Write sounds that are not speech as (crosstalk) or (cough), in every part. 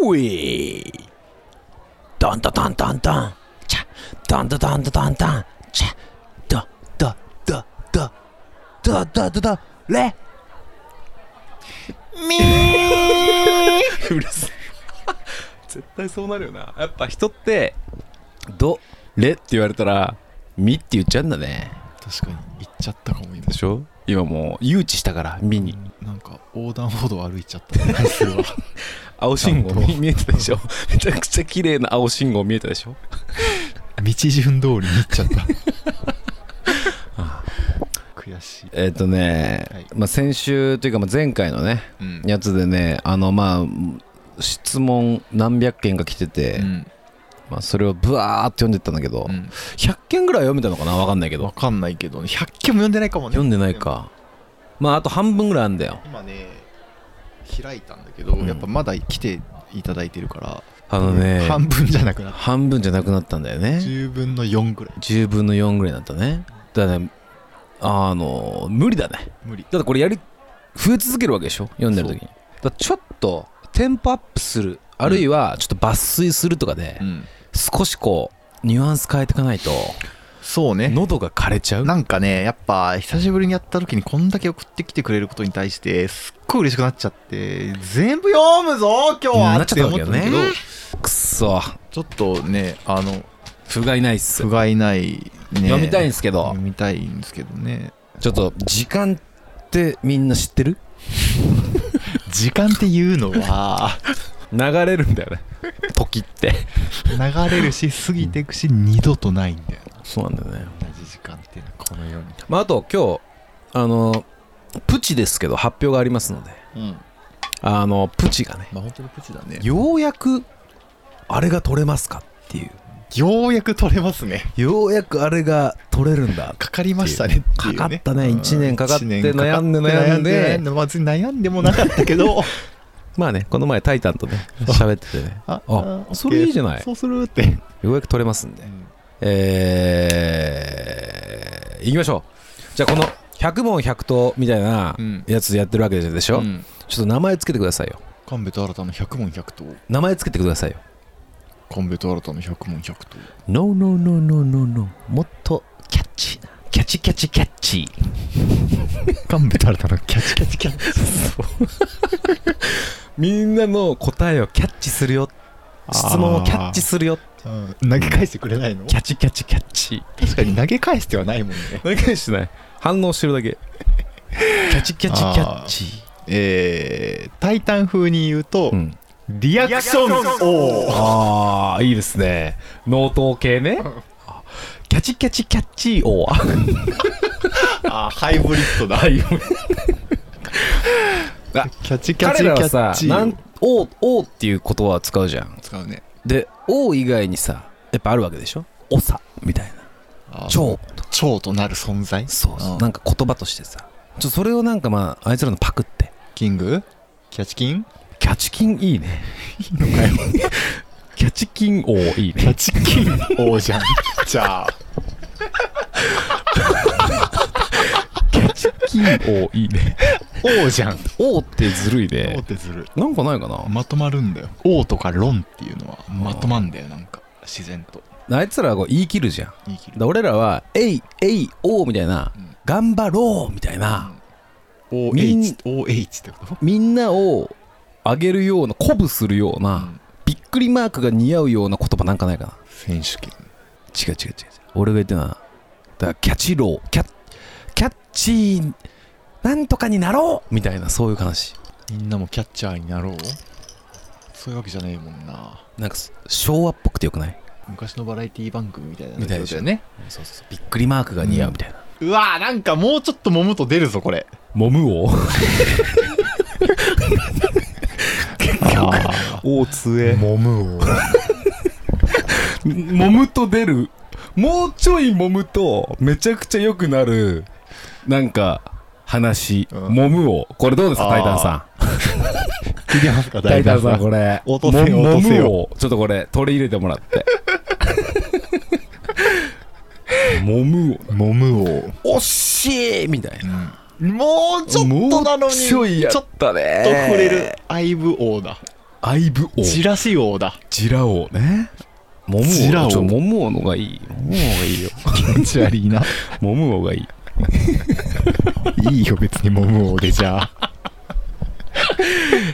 ういダンダダンダンダンチャダンダダンダダンダンチャダダダダダダダダレみー (laughs) うるせえ絶対そうなるよなやっぱ人って「ドレ」って言われたら「ミ」って言っちゃうんだね確かに行っちゃったかも今でしょ今もう誘致したから「ミ」になんか横断歩道歩いちゃ (laughs) った回数は青信号ちゃんと見見えてたでしょめちゃくちゃ綺麗な青信号見えたでしょ道順通りに行っちゃ (laughs) った悔しい、えっ、とね、はいまあ、先週というかまあ前回のねうんやつでねあのまあ質問何百件か来てて、うんまあ、それをブワーって読んでったんだけど、うん100件ぐらいは読めたのかな分かんないけどわかんないけどね100件も読んでないかもね読んでないかまああと半分ぐらいあんだよ今ね開いたんだけど、うんやっぱまだ来ていただいてるからあのね半分じゃなくなった半分じゃなくなったんだよね10分の4ぐらい10分の4ぐらいになったねだからねあの無理だね無理だってこれやり増え続けるわけでしょ読んでる時にだからちょっとテンポアップするあるいはちょっと抜粋するとかで、うん少しこうニュアンス変えていかないとそうね喉が枯れちゃうなんかねやっぱ久しぶりにやった時にこんだけ送ってきてくれることに対してすっごい嬉しくなっちゃって全部読むぞ今日はなっちゃったわけよねて思ったんだくっそけどちょっとねあの不甲斐ないっす不甲斐ないね読みたいんですけど読みたいんですけどねちょっと時間ってみんな知ってる時間っていうのは (laughs) 流れるんだよね (laughs) 時って流れるし過ぎていくし二度とないんだよそうなんだよね同じ時間っていうのはこのようにまああと今日あのプチですけど発表がありますのでうんあのプチがねまあ本当にプチだねようやくあれが取れますかっていうようやく取れますねようやくあれが取れるんだかかりましたねっていうねかかったね一年かかってうん一年悩んでかかって悩んで悩んでまあ別に悩んでもなかったけ (laughs) どまあねこの前タイタンとね喋っててねああそれいいじゃないそうするってようやく取れますんでえー、いきましょうじゃあこの100問100答みたいなうんやつやってるわけでしょ、うんちょっと名前つけてくださいよ神戸と新たの100問100答名前つけてくださいよ神戸と新たの100問100答 No no no no no no もっとキャッチーなキャッチキャッチキャッチ神戸と新たのキャッチキャッチキャッチみんなの答えをキャッチするよ質問をキャッチするようん投げ返してくれないのキャッチキャッチキャッ (laughs) チ確かに投げ返してはないもんね投げ返してない反応してるだ (laughs) けキャッチキャッチキャッチえー「タイタン」風に言うとうんリアクション王ああいいですね脳頭系ねキャッチキャッチキャッチーおーあーハイブリッドだキャッチキャッチ彼キャらはッさチなんおおっていう言葉は使うじゃん使うねでお以外にさやっぱあるわけでしょおさみたいな超とか蝶となる存在そうそううんなんか言葉としてさちょそれをなんかまああいつらのパクってキングキャッチキンキャチキンいいねいいのかよキャチキン王いいキャねッチキン王じゃんじゃあキャチキン王いいね王じゃん (laughs) 王ってずるい王ねってずるなんかないかなまとまるんだよ王とか論っていうのはまとまんだよなんか自然とあいつらはこう言い切るじゃん言い切だ俺らは「えいえいおう」みたいなうん「頑張ろう」みたいな、みん OH OH ってことみんなを上げるような鼓舞するような、うんびっくりマークが似合うような言葉なんかないかな選手権違う違う違う違う俺が言ってるのはだからキャッチローキャッキャッチーなんとかになろうみたいなそういう話みんなもキャッチャーになろうそういうわけじゃねえもんななんか昭和っぽくてよくない昔のバラエティ番組みたいなみたいでしょだよねそうそうそうびっくりマークが似合うみたいな、うわーなんかもうちょっと揉むと出るぞこれモム王あ王 (laughs) 杖揉む王モムと出るもうちょいモムとめちゃくちゃ良くなるなんか話、うんモム王これどうですかあータイタンさん聞いてますかタ大イタ体ンさん (laughs) これ落とせよも落とせよモム王ちょっとこれ取り入れてもらって (laughs) モム揉む王王惜しいみたいなもうちょっとなものにうちょいやちょっったねと触れるアイブ王だアイブ王ジラシ王だ。ジラ王ねモムジラ王王ちょモム王のがいいモム王がいいよ気持ち悪いな。モム王がいいいいよ、別にモム王でじゃあ。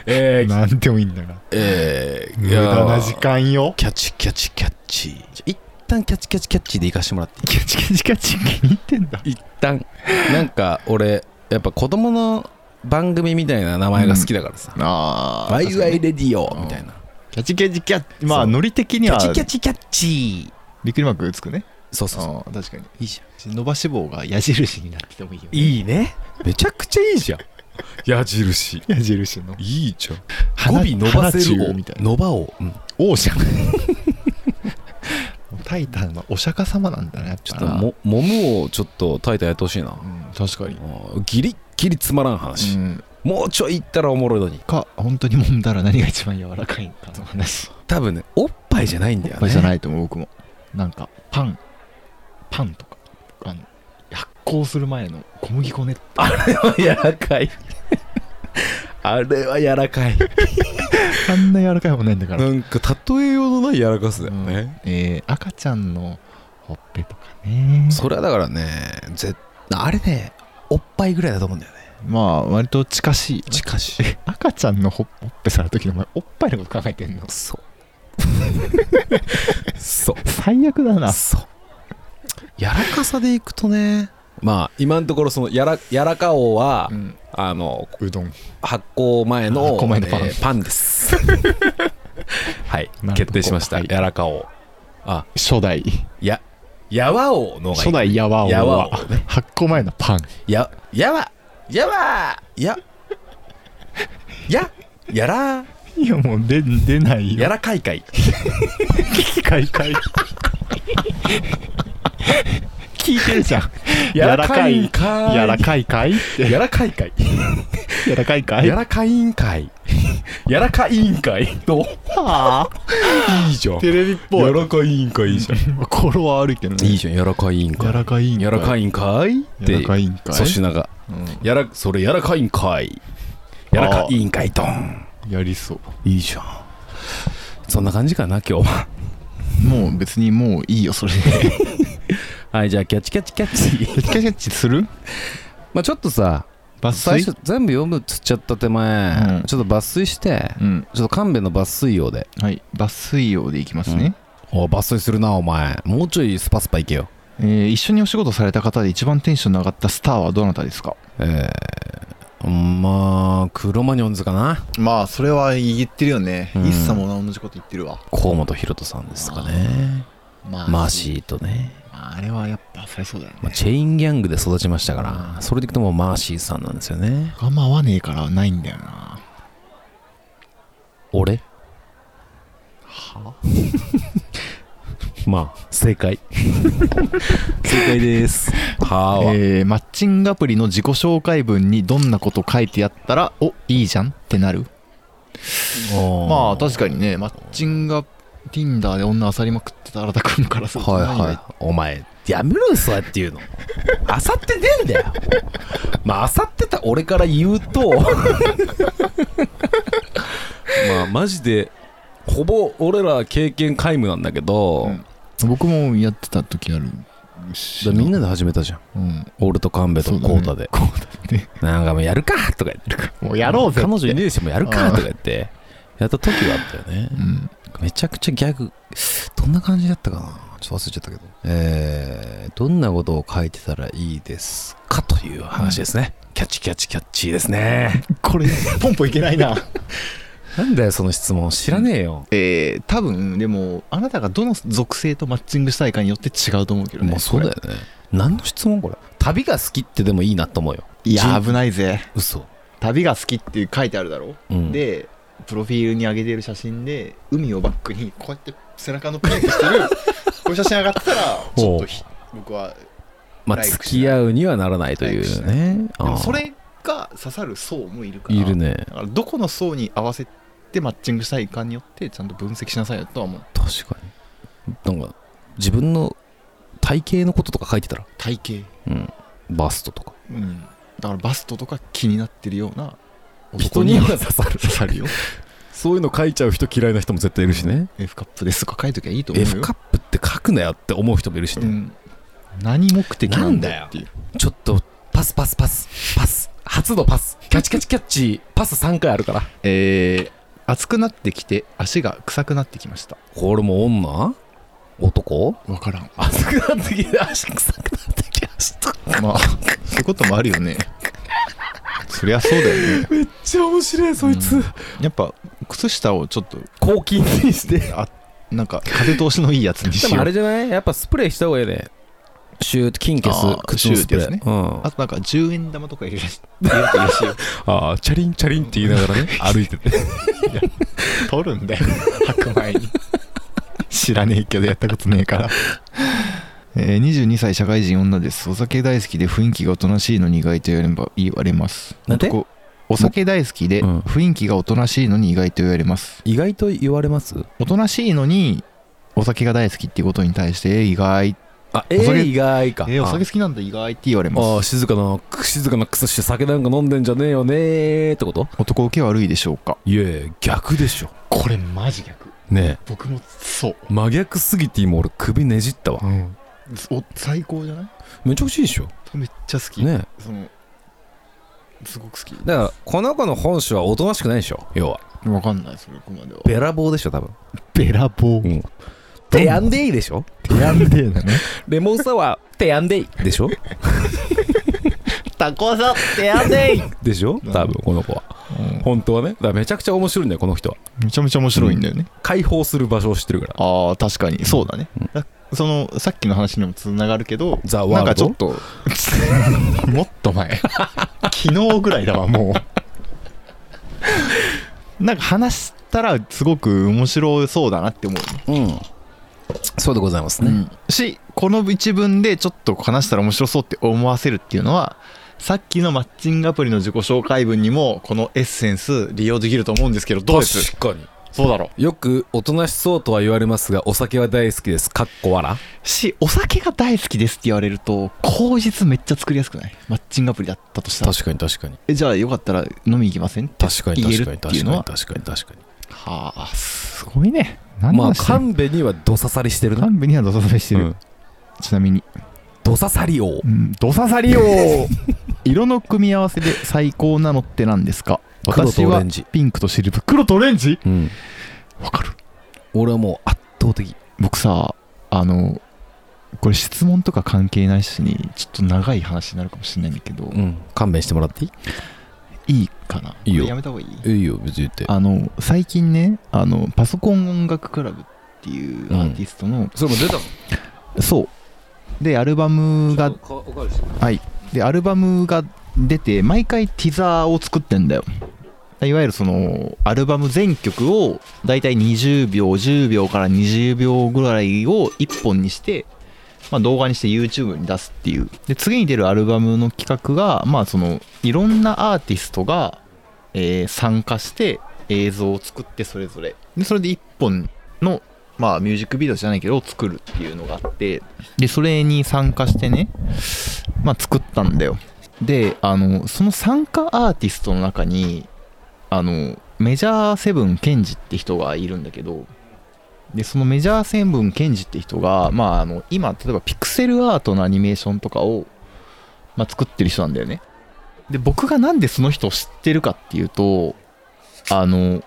えー、なんでもいいんだから。えー、無いやー駄な時間よ。キャッチキャッチキャッチじゃあ一旦キャッチキャッチキャッチで行かしてもらっていいキャチキャチキャチ気に入ってんだ。一旦なんか俺やっぱ子供の番組みたいな名前が好きだからさ「ああ。ワイワイレディオう」んみたいなキャチキャチキャチ。まそあ、うノリ的「キにャッチは、キャッチキャッチびっくりマークつくね。」そうそうそうああ、確かに。いいじゃん伸ばし棒が矢印になっててもいいよね。いいねめちゃくちゃいいじゃん矢印矢印の。いいじゃん語花尾伸ばせる花を中みたいな伸ばを、うん、王者。タイタンはお釈迦様なんだね。やっぱちょっとももむをちょっとタイタンやってほしいなうん確かに。あーギリッギリつまらん話、うんもうちょい行ったらおもろいのにか、本当に揉んだら何が一番柔らかいんかの話。多分ねおっぱいじゃないんだよねこれじゃいないと思う、僕も。なんか、パン、パンとか、あの、発酵する前の小麦粉ね。 (laughs) 柔らかいあれは柔らかいあんな柔らかいもんないんだかな。んか例えようのない柔らかさだようんね、えー赤ちゃんのほっぺとかね。それはだからねぜあれねおっぱいぐらいだと思うんだよねまあ、割と近しい。近しい赤ちゃんのほほっぺ触るときのお前、おっぱいのこと考えてんのそう (laughs) そう最悪だな。そう柔らかさでいくとねまあ今のところそのやらやらか王は、うんあのうどん。発酵前の発酵前のパンパンです (laughs) はいほど決定しましたはいやらか王あ初代。ややわ王の初がいい代ヤワオヤワはオ発酵前のパン。ややわやわやややらいや、もう出出ないや。らかいかい機械かい。聞いてるじゃん。やらかいんかいやらかいかいって。やらかいかいやらかいかいやらかいんかいやらかいんかいどうあーいいじゃんテレビっぽい。らかいんかいいじゃん心はあるけどね。いいじゃんやらかいんかやいらかいんかい。やらかいんかいってやらかいんかい粗品がうんやらそれやらかいんかいやらかいんかいドンやりそう。いいじゃんそんな感じかな今日はもう別にもういいよ、それで。はいじゃあキャッチキャッチキャッキャチッチキャッチするまあちょっとさ抜最粋初全部読むっつっちゃった手前、うんちょっと抜粋してうん。ちょっと勘弁の抜粋用ではい。抜粋用でいきますね。おい抜粋するなお前もうちょいスパスパいけよえー一緒にお仕事された方で一番テンションの上がったスターはどなたですかえー、まあクロマニョンズかなまあ、それは言ってるよねうん一茶も同じこと言ってるわ。河本大翔さんですかねまマーシーとね、あれはやっぱそりゃそうだよまあ、チェインギャングで育ちましたかうらんそれでいくともうマーシーさんなんですよね我慢はねえからないんだよな俺は (laughs) まあ正 (laughs) 解正解ですはーわ、えーマッチングアプリの自己紹介文にどんなこと書いてやったらおいいじゃんってなるおーまあ確かにねマッチングア Tinder で女あさりまくってた新田君からするとはい何がはいお前やめろよそうやって言うのあさって出んだよまああさってた俺から言うとまあマジでほぼ俺ら経験皆無なんだけど、うん僕もやってた時あるだしみんなで始めたじゃんうん俺と神戸とコータで、こうだってなんかもうやるかとか言ってもうやろうぜって彼女いねえしもうやるかとか言ってやった時はあったよねうんめちゃくちゃギャグどんな感じだったかなちょっと忘れちゃったけどえー、どんなことを書いてたらいいですかという話ですね、キャッチキャッチキャッチーですねこれポンポいけないな (laughs) なんだよその質問知らねえよ、 (laughs) えー、多分でもあなたがどの属性とマッチングしたいかによって違うと思うけどねもうそうだよね何の質問これ旅が好きってでもいいなと思うよいや人危ないぜ嘘旅が好きって書いてあるだろ、うんでプロフィールに上げてる写真で海をバックにこうやって背中のプレイして (laughs) るこういう写真上がってたらちょっとひ僕はまあライク付しないき合うにはならないといライクしうなねでもあーそれが刺さる層もいるからいるねだからどこの層に合わせてマッチングしたいかによってちゃんと分析しなさいよとは思う確かになんか自分の体型のこととか書いてたら、体型うん、バストとかうんだからバストとか気になってるような人には刺さる刺さるよ (laughs) そういうの書いちゃう人嫌いな人も絶対いるしね F カップですとか書いときゃいいと思うよ F カップって書くなよって思う人もいるしうね、ん何目的なんだよっていうちょっとパスパスパスパス初のパスキャッチキャッチキャッチパス3回あるからえー、暑くなってきて足が臭くなってきましたこれも女男分からん熱くなってきて足臭くなってきましたまあそういうこともあるよねそりゃそうだよねめっちゃ面白いそいつ、うんやっぱ靴下をちょっと抗菌にしてあなんか風通しのいいやつにでしもよあれうじゃないやっぱスプレーした方がいいねシュート金消あすー靴のスプレーシューですうねん、あとなんか10円玉とか入れる入れてるしよああチャリンチャリンって言いなが (laughs) らね歩いててう取るんだよ白米に知らねえけどやったことねえからえー22歳社会人女ですお酒大好きで雰囲気がおとなしいのに意外と言われば言われますなんて男お酒大好きでうん雰囲気がおとなしいのに意外と言われます意外と言われますおとなしいのにお酒が大好きっていうことに対してえー意外あえお酒ー、意外かえーお酒好きなんだ意外って言われああまーす静かなく静かなくそして酒なんか飲んでんじゃねえよねーってこと男受け悪いでしょうかいえ逆でしょこれマジ逆ね僕もそう、え真逆すぎて今俺首ねじったわお最高じゃないめちゃくちゃいいでしょめっちゃ好き、ねえそのすごく好きだからこの子の本性はおとなしくないでしょ要はわかんないそれここまではべらぼうでしょ多分ベラボーうんてやんでいいでしょテヤンデーだねレモンサワーてやんでいいでしょタコさテヤンデー、でしょ多分この子は本当はねだからめちゃくちゃ面白いんだよこの人はめちゃめちゃ面白いんだよね、解放する場所を知ってるからああ確かにそうだね、だそのさっきの話にもつながるけどザなワールんかちドょっともっと (laughs) 前昨日ぐらいだわもうなんか話したらすごく面白そうだなって思ううんそうでございますね、しこの一文でちょっと話したら面白そうって思わせるっていうのはさっきのマッチングアプリの自己紹介文にもこのエッセンス利用できると思うんですけどどうです確かにそうだろよくおとなしそうとは言われますがお酒は大好きですかっこわらうしお酒が大好きですって言われると口実めっちゃ作りやすくないマッチングアプリだったとしたらかに確かにえじゃあよかったら飲み行きませんって確か言えるっていうのは確かに確かにはあすごいね何まあの話神戸にはどささりしてるな幹部にはドササリしてる、うんちなみに、どささり王うん、ドササリを (laughs) 色の組み合わせで最高なのって何ですか黒と私オレはンジピンクとシルブ黒とオレンジうんわかる俺はもう圧倒的僕さあのこれ質問とか関係ないしにちょっと長い話になるかもしれないんだけど、うん勘弁してもらっていいいかないいよこれやめた方がいいいいいよ別に言ってあの最近ねあのパソコン音楽クラブっていうアーティストの、それも出たのそうでアルバムがおかわりしてでアルバムが出て毎回ティザーを作ってんだよいわゆるそのアルバム全曲をだいたい20秒10秒から20秒ぐらいを1本にして、まあ、動画にして YouTube に出すっていうで次に出るアルバムの企画がまあそのいろんなアーティストが、えー参加して映像を作ってそれぞれでそれで1本のまあミュージックビデオじゃないけど作るっていうのがあってでそれに参加してねまあ、作ったんだよであのその参加アーティストの中にあのメジャーセブンケンジって人がいるんだけどでそのメジャーセブンケンジって人が、まあ、あの今例えばピクセルアートのアニメーションとかを、まあ、作ってる人なんだよねで僕がなんでその人を知ってるかっていうとあの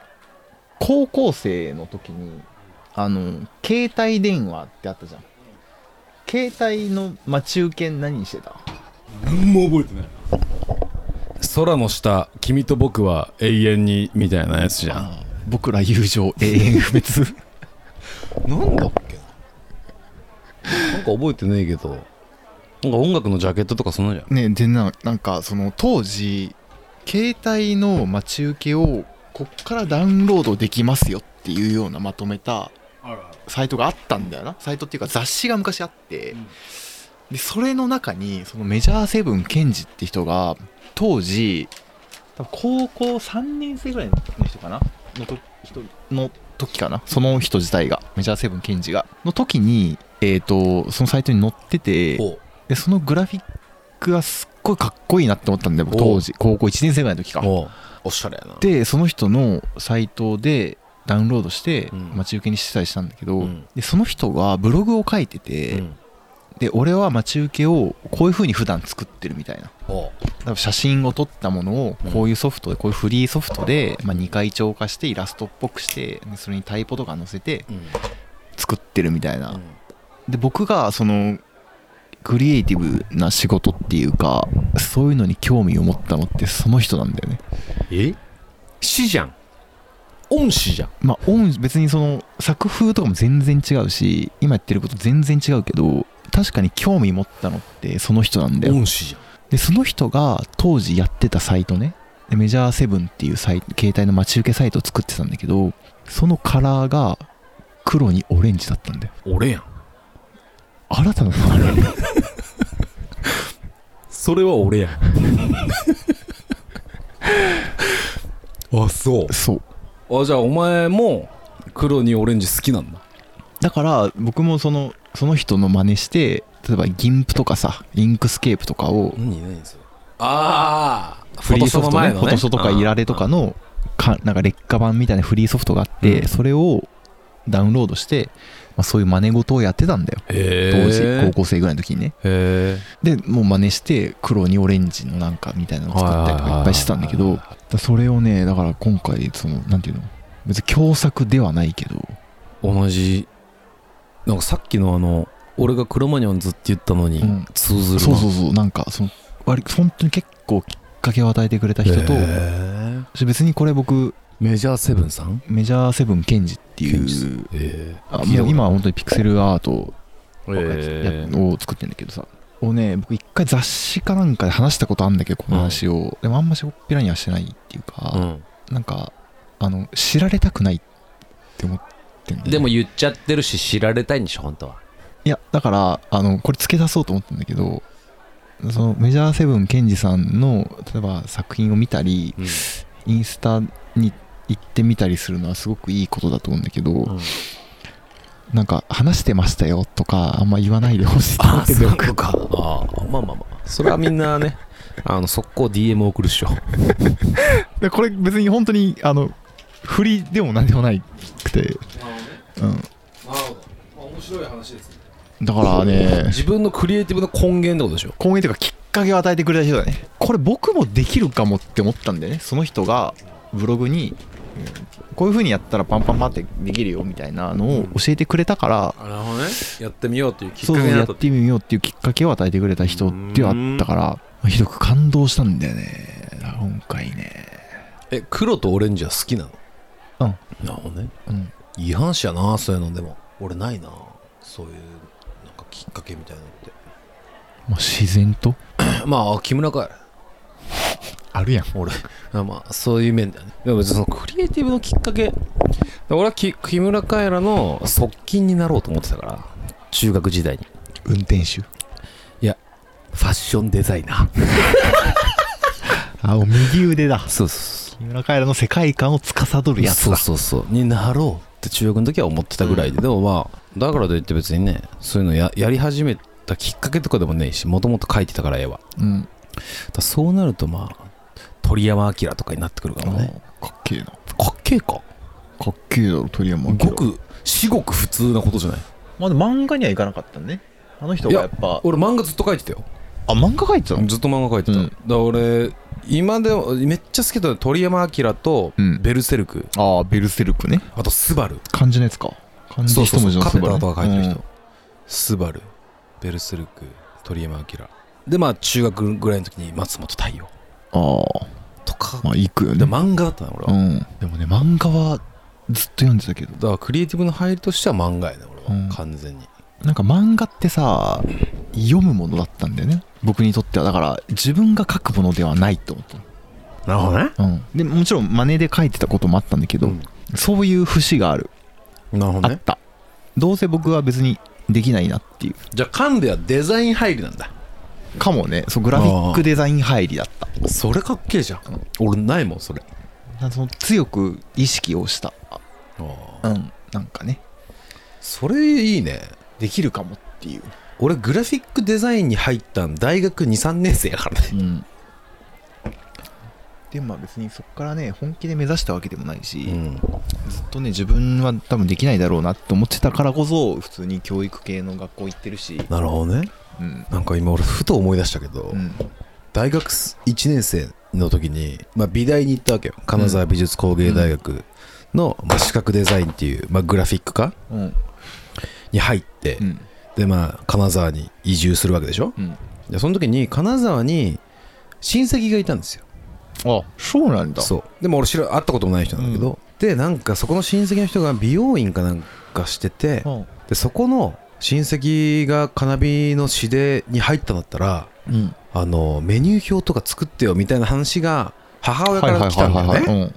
高校生の時にあの携帯電話ってあったじゃん携帯の待ち受け何してたもう覚えてない空の下君と僕は永遠にみたいなやつじゃん僕ら友情永遠不滅 (laughs) なんだっけなんか覚えてねえけどなんか音楽のジャケットとかそんなんじゃんねでななんかその当時携帯の待ち受けをこっからダウンロードできますよっていうようなまとめたサイトがあったんだよなサイトっていうか雑誌が昔あって、でそれの中にそのメジャーセブンケンジって人が当時多分高校3年生ぐらいの人かなのと人の時かなその人自体がメジャーセブンケンジがの時に、えー、とそのサイトに載ってておでそのグラフィックがすっごいかっこいいなって思ったんだよ僕おう当時高校1年生ぐらいの時かおおしゃれやなでその人のサイトでダウンロードしてうん待ち受けにしてたりしたんだけど、うんでその人がブログを書いてて、うんで俺は待ち受けをこういう風に普段作ってるみたいなほだから写真を撮ったものをうんこういうソフトでこういうフリーソフトで、まあ、2回超化してイラストっぽくしてでそれにタイポとか載せてううん作ってるみたいな、うんで僕がそのクリエイティブな仕事っていうかそういうのに興味を持ったのってその人なんだよねえ死じゃん恩師じゃんまあ音別にその作風とかも全然違うし今やってること全然違うけど確かに興味持ったのってその人なんだよ恩師じゃんでその人が当時やってたサイトねでメジャーセブンっていうサイ携帯の待ち受けサイトを作ってたんだけどそのカラーが黒にオレンジだったんだよ俺やん新たなのそれは俺 (laughs) やんあそそううあじゃあお前も黒にオレンジ好きなんだだから僕もそのその人の真似して例えばギンプとかさインクスケープとかを何何それああフリーソフトねフォトショとかイラレとかののかなんか劣化版みたいなフリーソフトがあって、うんそれをダウンロードして、まあ、そういう真似事をやってたんだよへ当え時高校生ぐらいの時にねへえでもう真似して黒にオレンジのなんかみたいなのを作ったりとかいっぱいしてたんだけどだそれをねだから今回そのなんていうの別に共作ではないけど同じなんかさっきのあの俺がクロマニョンズって言ったのにうん通ずるなそうそうそうなんかその割本当に結構きっかけを与えてくれた人とへえ別にこれ僕メジャーセブンさんメジャーセブンケンジっていケンジさうえあもう今は本当にピクセルアートえを作ってんだけどさをね僕一回雑誌かなんかで話したことあるんだけどこの話を、でもあんましょっぴらにはしてないっていううか、ん、なんかあの知られたくないって思ってんだよねでも言っちゃってるし知られたいんでしょ本当はいやだからあのこれ付け出そうと思ったんだけどそのメジャーセブンケンジさんの例えば作品を見たりうんインスタに行ってみたりするのはすごくいいことだと思うんだけど、んなんか話してましたよとかあんま言わないでほしいと思あっててそうかああまあまあまあそれはみんなねあの速攻 DM 送るっしょでこれ別に本当にあの振りでも何でもないくて、うなるほど面白い話ですねん、だからね自分のクリエイティブの根源ってことでしょ今月というかきっかけを与えてくれた人だねこれ僕もできるかもって思ったんだよねその人がブログにうんこういう風にやったらパンパンパンってできるよみたいなのを教えてくれたからなるほどねやってみようというきそうそうやってみようっていうきっかけを与えてくれた人ではあったからひどく感動したんだよねだから今回ねえ黒とオレンジは好きなのうんなるほどねうん違反者やなそういうのでも俺ないなそういうなんかきっかけみたいなのっまあ自然とてまあ木村かいあるやん俺あまあそういう面だよねでも別にそのクリエイティブのきっかけ俺はき木村カエラの側近になろうと思ってたから中学時代に運転手ファッションデザイナーあ右腕だそうそう木村カエラの世界観を司るやつそうだそうそうになろうって中学の時は思ってたぐらいで、でもまあだからといって別にねそういうのややり始めたきっかけとかでもねえしもともと描いてたから絵はうんだからそうなるとまあ鳥山明とかになってくるかあらねかっけえなかかっけえかっけえだろ鳥山明ごく至極普通なことじゃないまあでも漫画にはいかなかったねあの人がやっぱ俺漫画ずっと描いてたよあ漫画描いてたのずっと漫画描いてた、うんだから俺今でもめっちゃ好きだった鳥山明とうんベルセルク、ああベルセルクねあとスバル漢字のやつか漢字そうそ一う文そう字のカそペばラねとか書いてる人、うんスバルベルセルク鳥山明でまあ中学ぐらいの時に松本太陽あとかあ、まあいくよでね漫画だったの俺は、うんでもね漫画はずっと読んでたけどだからクリエイティブの入りとしては漫画やね俺は、うん完全になんか漫画ってさ読むものだったんだよね僕にとってはだから自分が書くものではないと思ったなるほどねうん、でもちろん真似で書いてたこともあったんだけど、うんそういう節がある、なるほあどっねたどうせ僕は別にできないなっていうじゃあカンデはデザイン入りなんだかもねそうグラフィックデザイン入りだったそれかっけえじゃん俺ないもんそれなんかその強く意識をしたああうんなんかねそれいいねできるかもっていう、俺グラフィックデザインに入ったん大学23年生やからねうん、でもまあ別にそこからね本気で目指したわけでもないし、うんずっとね自分は多分できないだろうなって思ってたからこそ普通に教育系の学校行ってるし、なるほどねうんなんか今俺ふと思い出したけど、うん大学1年生の時に、まあ、美大に行ったわけよ金沢美術工芸大学の、まあ、視覚デザインっていう、まあ、グラフィック科うんに入って、うんでまあ金沢に移住するわけでしょうん、でその時に金沢に親戚がいたんですよあそうなんだそうでも俺知ら会ったこともない人なんだけど、でなんかそこの親戚の人が美容院かなんかしててうんでそこの親戚がカナビの市でに入ったんだったらうんあのメニュー表とか作ってよみたいな話が母親から来たんだよねうん、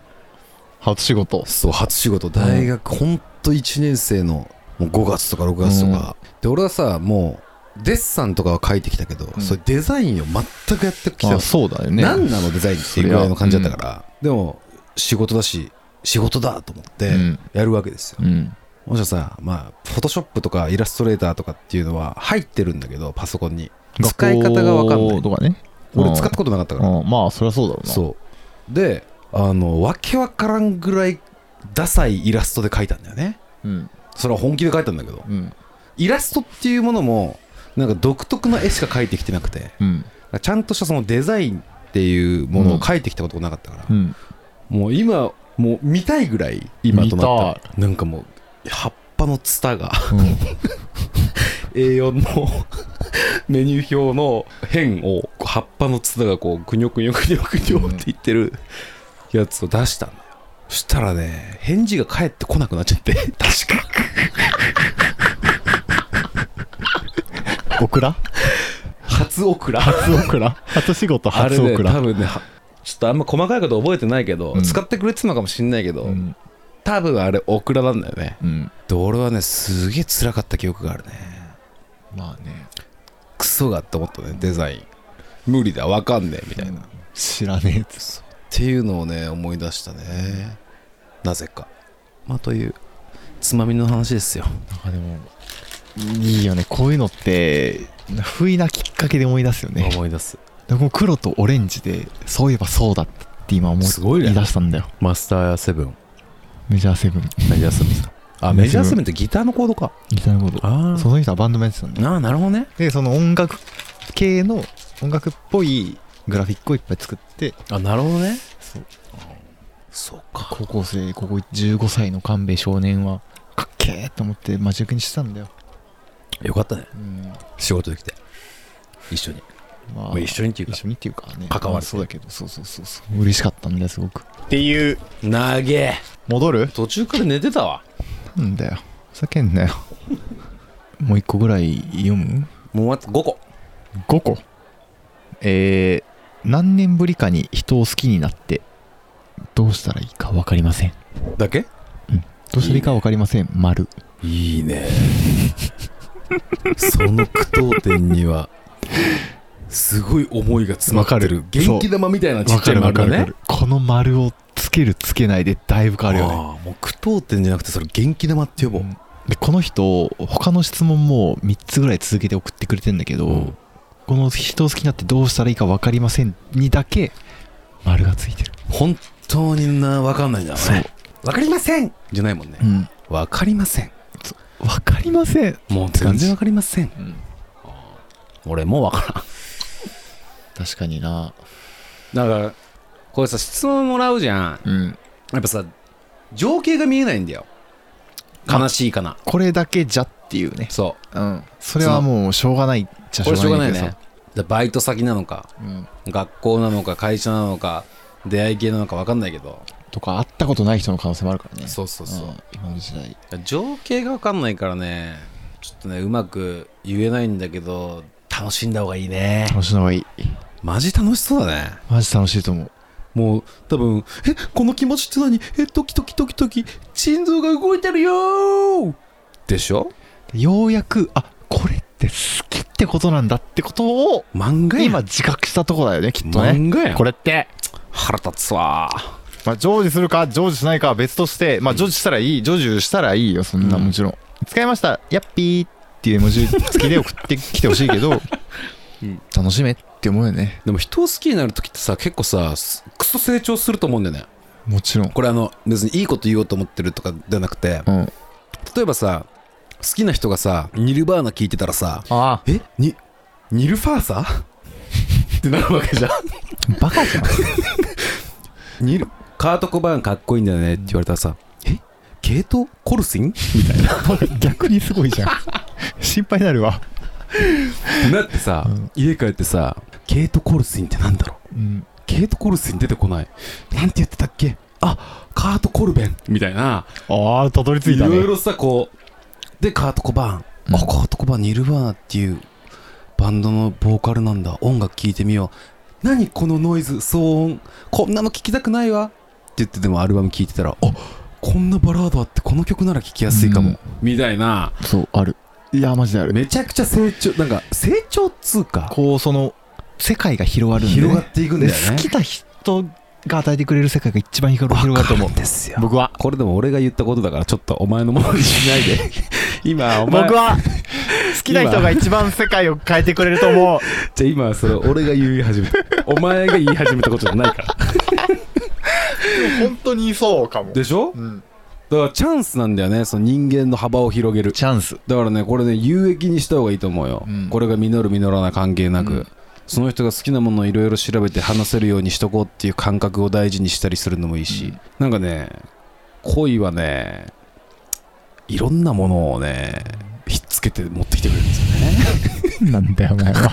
初仕事そう初仕事大学ほんと1年生のもう5月とか6月とか、で俺はさもうデッサンとかは書いてきたけど、うんそれデザインを全くやってきたあそうだよね何なのデザインっていうぐらいの感じだったから、でも仕事だし仕事だと思ってうんやるわけですよ、うんもしかしたらまあフォトショップとかイラストレーターとかっていうのは入ってるんだけどパソコンに使い方が分かんない学校とかね俺使ったことなかったから、うんまあそりゃそうだろうなそうであのわけわからんぐらいダサいイラストで描いたんだよねうんそれは本気で描いたんだけどうんイラストっていうものもなんか独特な絵しか描いてきてなくてうんちゃんとしたそのデザインっていうものを描いてきたことがなかったから、 (laughs) うんもう今もう見たいぐらい今となったらなんかもう葉っぱのツタが A4 の (laughs) メニュー表の辺をこう葉っぱのツタがこうくにょくにょくにょくにょっていってるやつを出したんだよそしたらね返事が返ってこなくなっちゃって確かオクラ初オクラ初オクラ初仕事あれ初オねク多ラ分ねはちょっとあんま細かいこと覚えてないけど、うん使ってくれてたのかもしんないけど、うん多分あれオクラなんだよねうんで俺はねすげえ辛かった記憶があるねまあねクソがって思ったねデザイン無理だわかんねえみたいな、っ知らねえつていうのをね思い出したねなぜかまあというつまみの話ですよなんかでもいいよねこういうのって不意なきっかけで思い出すよね思い出すでも黒とオレンジでそういえばそうだったって今思いすごいね言い出したんだよマスターセブンメジャーセブンメジャーセブンあメジャーセブンってギターのコードかみたいなことあその人はバンドもやってたんだよああなるほどねでその音楽系の音楽っぽいグラフィックをいっぱい作ってあなるほどねそうそうか高校生高校15歳の神戸少年はかっけーって思って待ち受けにしてたんだよ、よかったねうん、仕事できて一緒に、ままあ、一緒にっていうか一緒にっていうかね関わるまあそうだけどそうそうそうそう嬉しかったんだよすごくっていう長え戻る途中から寝てたわなんだよふざけんなよ (laughs) もう一個ぐらい読むもうあと5個5個えー、何年ぶりかに人を好きになってどうしたらいいか分かりませんだけどうしたらいいか分かりません丸いいねその句読点にはすごい思いが詰まってるわかる元気玉みたいなちっちゃい丸だねわかるわかるこの丸をつけるつけないでだいぶ変わるよねああもう句読点じゃなくてそれ元気玉って呼ぼう、でこの人他の質問も3つぐらい続けて送ってくれてんだけど、うんこの人を好きになってどうしたらいいか分かりませんにだけ丸がついてる本当にな分かんないんだろうね分かりませんじゃないもんねうん分かりません分かりません、もう全然分かりません俺もう分か確かにならんだからこれさ質問もらうじゃんうんやっぱさ情景が見えないんだよ悲しいかな、これだけじゃっていうねそうんそれはもうしょうがないじうゃこれしょうがないけどねさだバイト先なのかうん、学校なのか会社なのか出会い系なのか分かんないけど、とか会ったことない人の可能性もあるからねそうそうそう、ん今の時代情景が分かんないからねちょっとねうまく言えないんだけど楽しんだ方がいいね楽しいのがいいマジ楽しそうだねマジ楽しいと思うもう多分「えこの気持ちって何えドキドキドキドキ心臓が動いてるよー!」でしょようやくあこれって好きってことなんだってことを漫画やん今自覚したとこだよねきっとね漫画やんこれって、腹立つわーまあ、成就するか成就しないかは別として、まあ、成就したらいい成就したらいいよそんなうんもちろん、使いましたやっぴーっていう絵文字付きで送ってきてほしいけど、 (laughs) うん楽しめっって思うよねでも人を好きになる時ってさ結構さすクソ成長すると思うんだよねもちろんこれあの別にいいこと言おうと思ってるとかじゃなくてうんあ例えばさ好きな人がさニルバーナ聞いてたらさあえにニルファーサーってなるわけじゃんバカじゃんニルカート・コバーンかっこいいんだよねって言われたらさえゲート・コルスインみたいな逆にすごいじゃん (laughs) 心配になるわなってさ、家帰ってさゲート・コルスインってなんだろううんゲート・コルスイン出てこないなんて言ってたっけあカート・コルベンみたいなああたどり着いいたろいねろさこうでカート・コバーうン、んあカート・コバーンニルバーナっていうバンドのボーカルなんだ音楽聴いてみよう何このノイズ騒音こんなの聴きたくないわって言ってでもアルバム聴いてたらあこんなバラードあってこの曲なら聴きやすいかうも、んみたいなそうあるいやマジであるめちゃくちゃ成長なんか成長っつうかこうその世界が広がるんで、ね、広がっていくんだでよね好きな人が与えてくれる世界が一番広がると思うわかるんですよ (laughs) 僕はこれでも俺が言ったことだからちょっとお前のものにしない (laughs) で今お前僕は好きな人が一番世界を変えてくれると思うじゃあ今それ俺が言い始めた (laughs) お前が言い始めたことじゃないから本当にそうかもでしょうんだからチャンスなんだよねその人間の幅を広げるチャンスだからねこれね有益にした方がいいと思うよ、うんこれが実る実らない関係なく、うんその人が好きなものをいろいろ調べて話せるようにしとこうっていう感覚を大事にしたりするのもいいし、うんなんかね恋はねいろんなものをねひっつけて持ってきてくれるんですよねなんだよお前は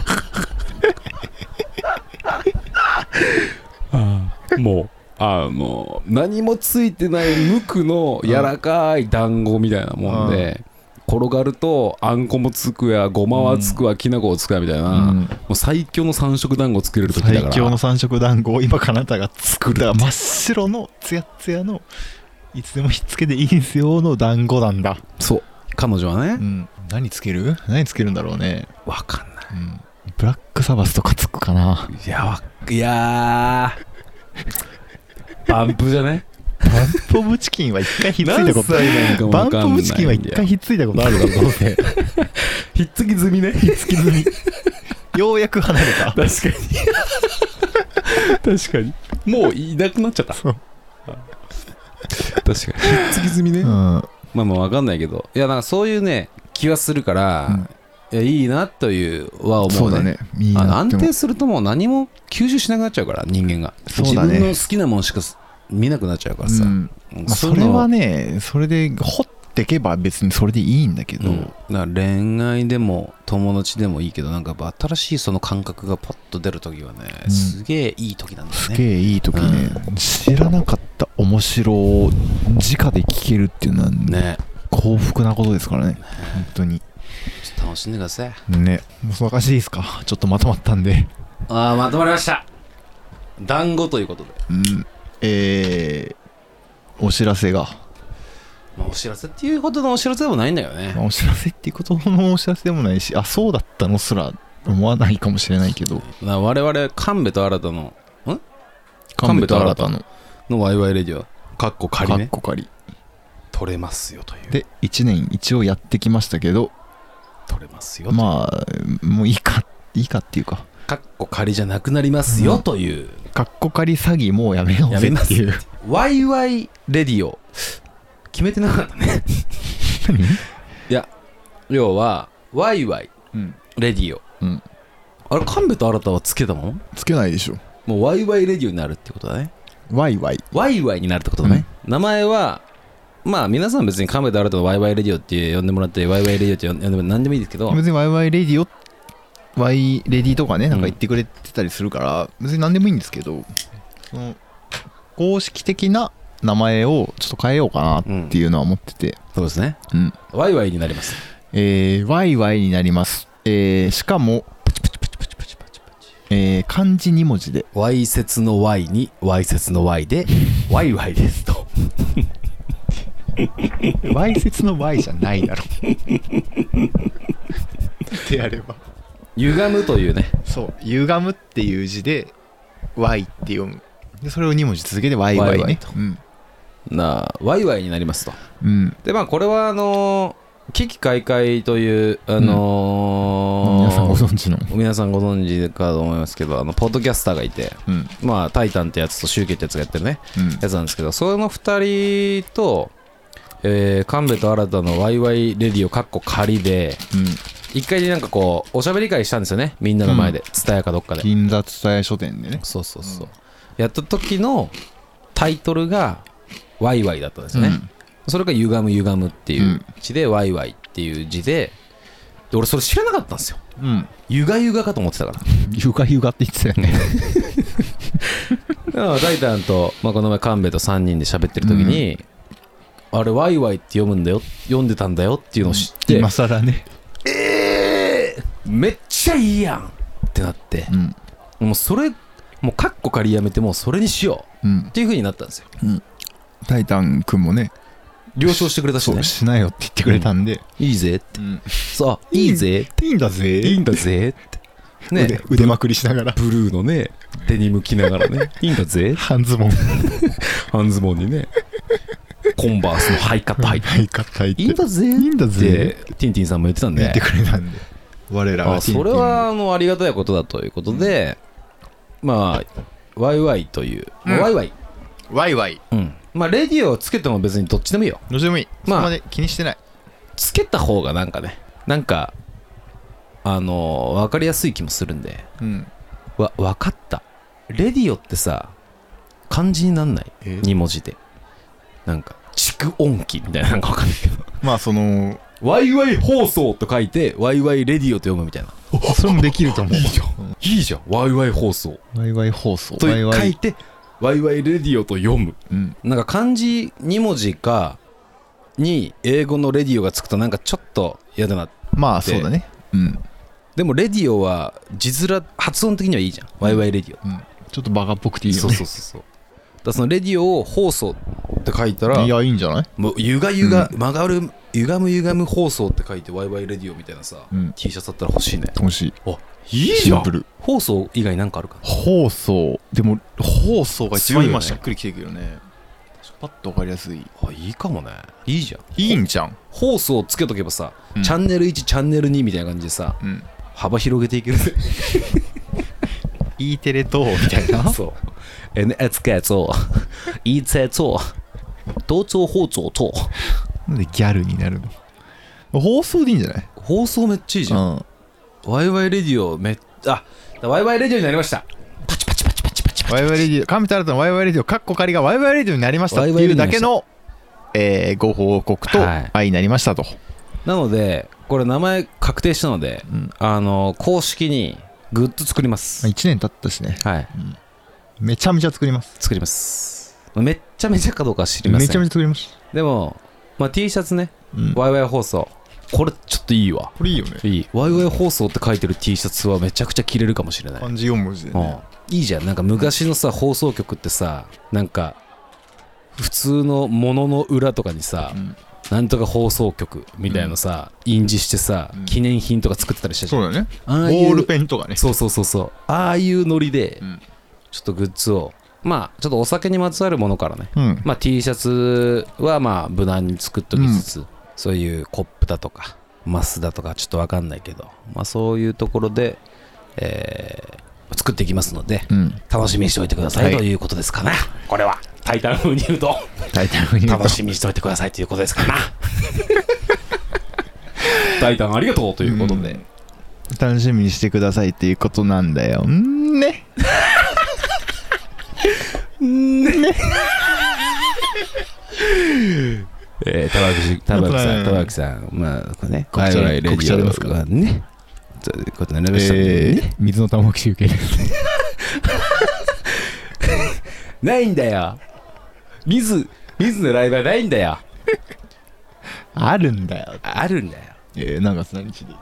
もうあの何もついてない無垢の柔らかい団子みたいなもんで、転がるとあんこもつくやごまはつくわ、きな粉をつくやみたいな、うんもう最強の三色団子作れる時だから最強の三色団子を今かなたが作るだから真っ白のツヤツヤのいつでもひっつけていいんすよの団子なんだ、そう彼女はうねん、何つける何つけるんだろうね、わかんないうん、ブラックサバスとかつくかないやわいやーバンプじゃねバンプオブチキンは一回ひっついた何こと歳なんかもバンわプかオんないブんチだキンはよ一回ひっついたことあるだろうせ (laughs) ひっつき済みねひっつき済みようやく離れた確かに確かにもういなくなっちゃったそう確かにひっつき済みね、うんまあまあわかんないけどいやなんかそういうね気はするから、いやいいなというは思うねそうだねいいあのなっ安て思う定するともう何も吸収しなくなっちゃうから人間が、そう自だね分の好きなものしか見なくなっちゃうからさ、うんまあうそいうれのはねそれで掘ってけば別にそれでいいんだけうど、ん、だから恋愛でも友達でもいいけどなんかやっぱ新しいその感覚がパッと出る時はね、うんすげえいい時なんだよすねげえいい時ね、知らなかった面白を直で聞けるっていうのはねね幸福なことですからね本当にちょっと楽しんでくださいねもうそんな感じでいいですかちょっとまとまったんでああまとまりました団子ということで、うんえー、お知らせが、まあ、お知らせっていうほどのお知らせでもないんだよねまあお知らせっていうことのお知らせでもないしあそうだったのすら思わないかもしれないけどな我々神戸と新たの神神戸戸とと新新たたののワイワイレディオかっこカ仮ッねコ仮取れますよというで1年一応やってきましたけど取れますよまあもういいかいいかっていうかかっこ仮じゃなくなりますよという、カッコ仮詐欺もうやめようやぜめまっすていうワイワイレディオ決めてなかったねいや要はワイワイうんレディオ、うんあれ神戸と新たはつけたもんつけないでしょもうワイワイレディオになるってことだねワイワイワイワイになるってことだね、名前はまあ皆さん別に神戸と新たのワイワイレディオって呼んでもらってワイワイレディオって呼んでも何でもいいですけど別にワイワイレディオワイレディとかねなんか言ってくれてたりするから、別に何でもいいんですけどその公式的な名前をちょっと変えようかなうんっていうのは思ってて、そうですねうんワイワイになりますえー、ワイワイになります、えー、しかも、えー、漢字2文字でわいせつのわいにわいせつのわい (laughs) でわいわいですとわいせつの Y じゃないだろであれば歪むというねそう「歪む」っていう字で「Y」って読むでそれを2文字続けて「YY ワイねワイとうん、なわいわいになりますとうんでまあこれはあのー危機開会というあのーうんさんご存知の皆さんご存知かと思いますけどあのポッドキャスターがいてうんまあ「タイタン」ってやつと「宗教」ってやつがやってるねうんやつなんですけどその2人と、えー、神戸と新たのワイワイレディオかっこ仮で一回なんかこうおしゃべり会したんですよねみんなの前で蔦屋、かどっかで銀座伝え書店でねそうそうそう、やった時のタイトルが「ワイワイ」だったんですよね、それが「歪む歪む」っていう字で「ワイワイ」っていう字でで俺それ知らなかったんですようんうんゆがゆがかと思ってたからゆがゆがって言ってたよねだからダイタンと、まあ、この前神戸と3人で喋ってる時に、あれワイワイって読むんだよ読んでたんだよっていうのを知って、今更ねえー、めっちゃいいやんってなってう、んもうそれもうカッコ仮やめてもうそれにしよううんっていう風になったんですよタイタン君もね了承してくれたしそねうしなよって言ってくれたんでいいぜってうんさあいいぜいいんだぜいいんだぜってね腕腕まくりしながらブルーのねデニム着ながらねいいんだぜ半ズボン半ズボンにねコンバースのハイカット入ってはい硬いっていいんだぜいいんだでぜティンティンさんも言ってたん言っでてくれたんで我らあがティンそテれィンはもうありがたいことだということで、まあワイワイという、まあワイワイ、ワイワイうんまあレディオをつけても別にどっちでもいいよどっちでもいいまあそこまで気にしてないつけた方がなんかねなんかあの分かりやすい気もするんでうんわ分かったレディオってさ漢字になんないえ2文字でなんか蓄音機みたいななんか分かんないけどまあその (laughs) ワイワイ放送と書いてワイワイレディオと読むみたいなそれもできると思ういいじゃんワイワイ放送ワイワイ放送とワイワ書いイてワイワイレディオと読むうんなんか漢字2文字かに英語のレディオがつくとなんかちょっと嫌だなまあそうだねうんでもレディオは字面発音的にはいいじゃんワイワイレディオうんちょっとバカっぽくていいよねそうそうそうそうだからそのレディオを放送って書いたらいやいいんじゃないもうゆがゆが、曲がる歪む歪む放送って書いてワイワイレディオみたいなさ、うん T シャツだったら欲しいね楽しいあいいシンプル放送以外なんかあるか放送でも放送が一強番いよ今ねしっくりきてるけどねパッとわかりやすいあいいかもねいいじゃんいいんじゃん放送つけとけばさ、うんチャンネル1チャンネル2みたいな感じでさうん幅広げていける E テレとみたいな (laughs) そう。NHK (laughs) 做，一切做，都做或做做。なんでギャルになるの放送でいいんじゃない放送めっちゃいいじゃん。んワイワイレディオめっあ、ワイワイレディオになりました。パチパチパチパチパチパチ。ワイワイレディオ、神田新たのワイワイレディオ、カッコ仮がワイワイレディオになりましたっていうだけの、えーご報告とはい愛になりましたと。なのでこれ名前確定したので、うんあの公式にグッズ作ります。 1年経ったしね、はい、めちゃめちゃ作ります。作ります。めっちゃめちゃかどうかは知りません。めちゃめちゃ作ります。でも、まあ、T シャツね、うんワイワイ放送。これちょっといいわ。これいいよね。いい。ワイワイ放送って書いてる T シャツはめちゃくちゃ着れるかもしれない。漢字4文字でね。うんいいじゃんなんか昔のさ放送局ってさなんか普通のものの裏とかにさ、うんなんとか放送局みたいなのさ、印字してさ、うん記念品とか作ってたりしたじゃそんうだね。あボあいうールペンとかね。そうそうそうそうああいうノリで、うんちょっとグッズをまあちょっとお酒にまつわるものからね、うん。まあ、T シャツはまあ無難に作っときつつ、そういうコップだとかマスだとかちょっとわかんないけど、まあ、そういうところで、えー作っていきますので、うん。楽しみにしておいてください、はいということですかなこれは「タイタン風に言うと大体の楽しみにしておいてくださいということですかなタイタンありがとうということで、うん楽しみにしてくださいっていうことなんだよ。んーね。えー、田脇田脇さん田脇さんまあこれねワイワイレディオ告知ありますかがねということになりましたんでえね、ー、水の玉置集計です。ないんだよ水水のライブはないんだよあるんだよ。あるんだよえー、何月何日で。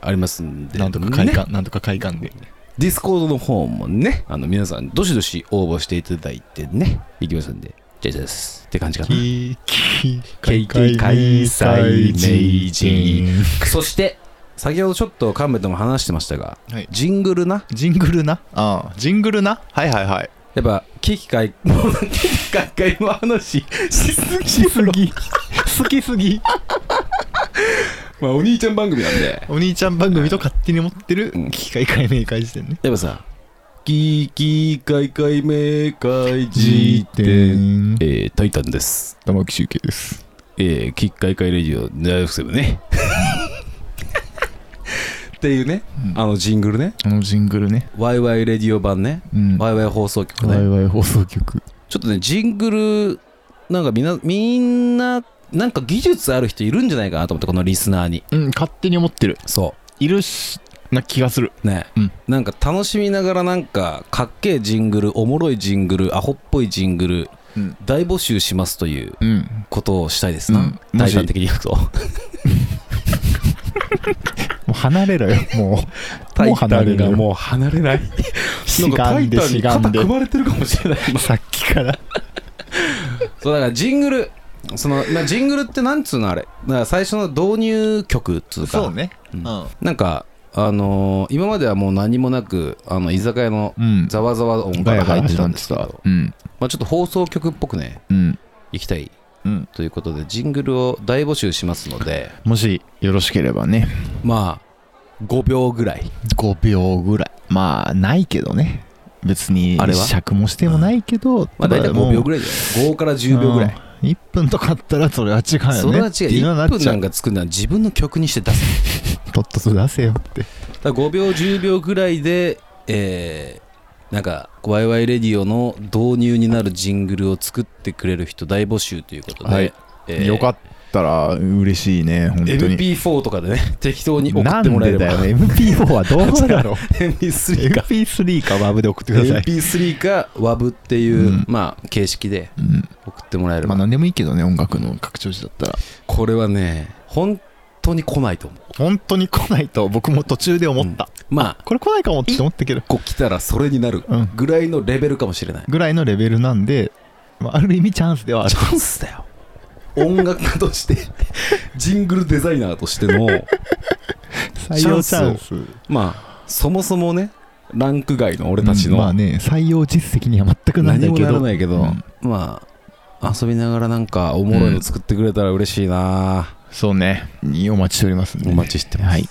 ありますんでなんとか会ね館、なんとか会館で。ディスコードの方もね、あの皆さん、どしどし応募していただいてね、いきますんで、じゃあじゃあです。って感じかな。きき景気開催名人そして、先ほどちょっと神戸とも話してましたが、はいジングルな、ジングルなああジングルなはいはいはいやっぱ、危機開、もう危機開会 (laughs) の話しすぎしすぎ好きすぎまあお兄ちゃん番組なんでお兄ちゃん番組と勝手に持ってるうん機械解明会時点ねやっぱさ「キーキー解解明解辞典」典えー、タイタンです玉木集計ですえー、キッカイカイレジオ大学生もねっていうね、うんあのジングルねあのジングルねワイワイレディオ版ね、うんワワイワイ放送局ね、イワイ放送局ちょっとねジングルなんかみんなみんななんか技術ある人いるんじゃないかなと思ってこのリスナーにうん勝手に思ってるそいるしな気がするうね、うんなんか楽しみながらなんかかっけえジングルおもろいジングルアホっぽいジングル、うん大募集しますといううんことをしたいですな、うんも大し胆的に言うともう離れろよもうもう離れろよもう離れ (laughs) ないなんしかがタんイでタンにしが肩んで組まれてるかもしれないさっきからそうだからジングルそのなジングルってなんつうのあれだから最初の導入曲っつうかそうねううんんなんかあのー今まではもう何もなくあの居酒屋のうんざわざわ音から入ってたんですけガヤガヤど、うんまあ、ちょっと放送局っぽくねうん行きたいうんということでジングルを大募集しますのでもしよろしければねまあ5秒ぐらい5秒ぐらいまあないけどね別にあれは尺もしてもないけどまあ大体5秒ぐらいらいじゃない5から10秒ぐらい1分とかあったらそれは違うよねそれはって違いうのは1なっ分ちゃなうんか作るのは自分の曲にして出すとっとと出せよっ (laughs) てだから5秒10秒ぐらいでえーなんかワイワイレディオの導入になるジングルを作ってくれる人大募集ということで、はいえーよかったら嬉しいね本当に MP4 とかでね (laughs) 適当に送ってもらえればなんでだよ MP4 はどう (laughs) だろう MP3 か MP3 か WAV で送ってください、 MP3 か WAV っていう、うんまあ形式でうん送ってもらえれまば、あ何でもいいけどね音楽の拡張子だったらこれはね本当に来ないと思本当に来ないと僕も途中で思った、うまあこれ来ないかもって思ったけどこう来たらそれになるうんぐらいのレベルかもしれないぐらいのレベルなんで、まあ、ある意味チャンスではあるチャンスだよ音楽家と (laughs) してジングルデザイナーとしての採用チャンスまあそもそもねランク外の俺たちうんまあのね採用実績には全くなら何ないもけなどらないけど、うんまあ遊びながらなんかおもろいの作ってくれたら嬉しいな、そうねにお待ちしておりますんでお待ちしてます、はい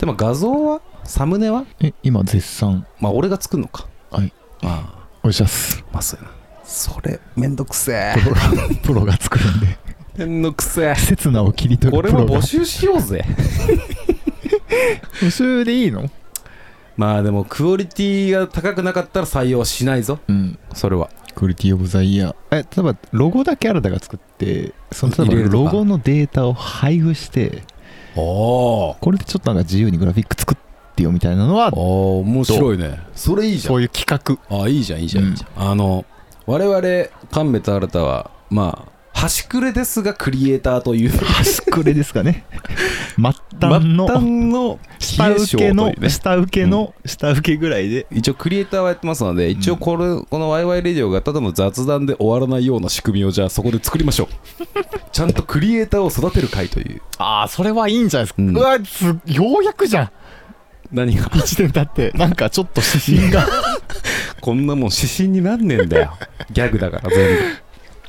でも画像はサムネはえ今絶賛まあ俺が作るのかはいまおっしゃっす (laughs) あまあそうやなそれめんどくせえプロがプロが作る (laughs) んでめんどくせえ刹那を切り取るプ俺ロがも募集しようぜ募集でいいのまあでもクオリティが高くなかったら採用はしないぞうんそれはクオリティオブザイヤーえ例えばロゴだけあなたが作ってその入れ例えばるとロかゴのデータを配布しておおこれでちょっとなんか自由にグラフィック作ってよみたいなのはああ面白いねそれいいじゃんそういう企あいいじゃんいいじゃん、うんいいじゃんあの我々神戸と新たはまあ端くれですがクリエイターという画端くれですか (laughs) ね末末端のの下請け冷のえ性というね下請けの下請けぐらいで一応クリエイターはやってますので一応これ、このワイワイレディオがただの雑談で終わらないような仕組みをじゃあそこで作りましょうちゃんとクリエイターを育てる会というああそれはいいんじゃないですか、ううんわすようやくじゃん何が1年経って (laughs) なんかちょっと指針がこんなもん指針になんねえんだよギャグだから全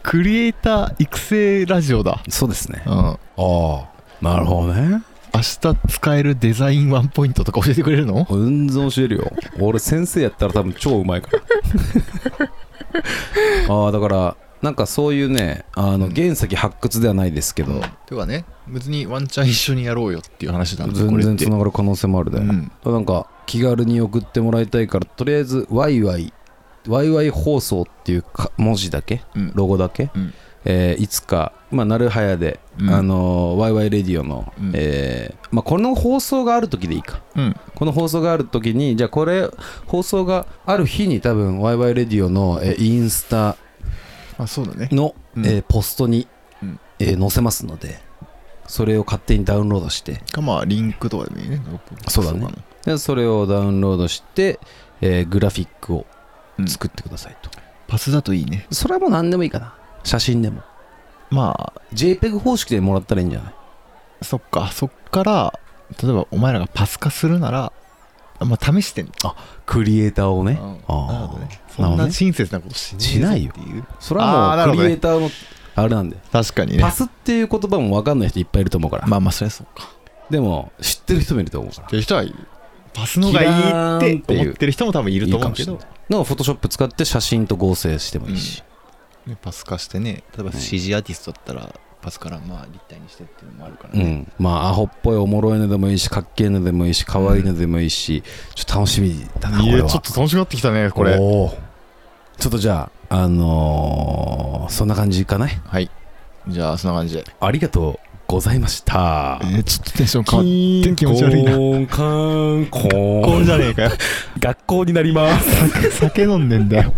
クリエイター育成ラジオだ部そうですねうん明ああなるほどね日使えるデザインワンポイントとか教えてくれるの運動教えるよ俺先生やったら多分超うまいからああだからなんかそういうねあの原石発掘ではないですけど、てかね別にワンチャン一緒にやろうよっていう話なん全然つながる可能性もあるで、うんなんか気軽に送ってもらいたいからとりあえずワイワイワイワイ放送っていうか文字だけうんロゴだけ、うんえーいつか、まあ、なるはやで、うんあのーワイワイレディオの、うんえーまあ、この放送がある時でいいかうんこの放送がある時にじゃあこれ放送がある日に多分ワイワイレディオの、えーインスタあそうだねの、うんえーポストに、うんえー載せますのでそれを勝手にダウンロードしてかまあリンクとかでもいいねそうだねでそれをダウンロードして、えーグラフィックをうん作ってくださいと、パスだといいねそれはもう何でもいいかな写真でもまあ JPEG 方式でもらったらいいんじゃないそっかそっから例えばお前らがパス化するならまあ試してんクリエイターをね、うんあーなるほどねなるそほんどねな親切なことししないよっていうそれはあーなもるうクほどリエねイターのあれなんで、確かにパねスっていう言葉も分かんない人いっぱいいると思うから、まあまあそりゃそうかでも知ってる人もいると思うからていう人はいるパスの方がいいって思ってる人も多分いると思うけどいいかもしれないなんかフォトショップ使って写真と合成してもいいし、ねパス化してね例えばうん CG アーティストだったらパスからまあ立体にしてっていうのもあるからうんね、まあアホっぽいおもろいのでもいいしかっけえのでもいいしかわいいのでもいいし、ちょっと楽しみだなこいれやはちょっと楽しくなってきたねこれおーちょっとじゃああのーそんな感じかねはいじゃあそんな感じでありがとうございましたえーちょっとテンション変わって気持ち悪いなコーンカーンコー (laughs) ン (laughs) これじゃねえかよ学校になります酒飲んでんだよ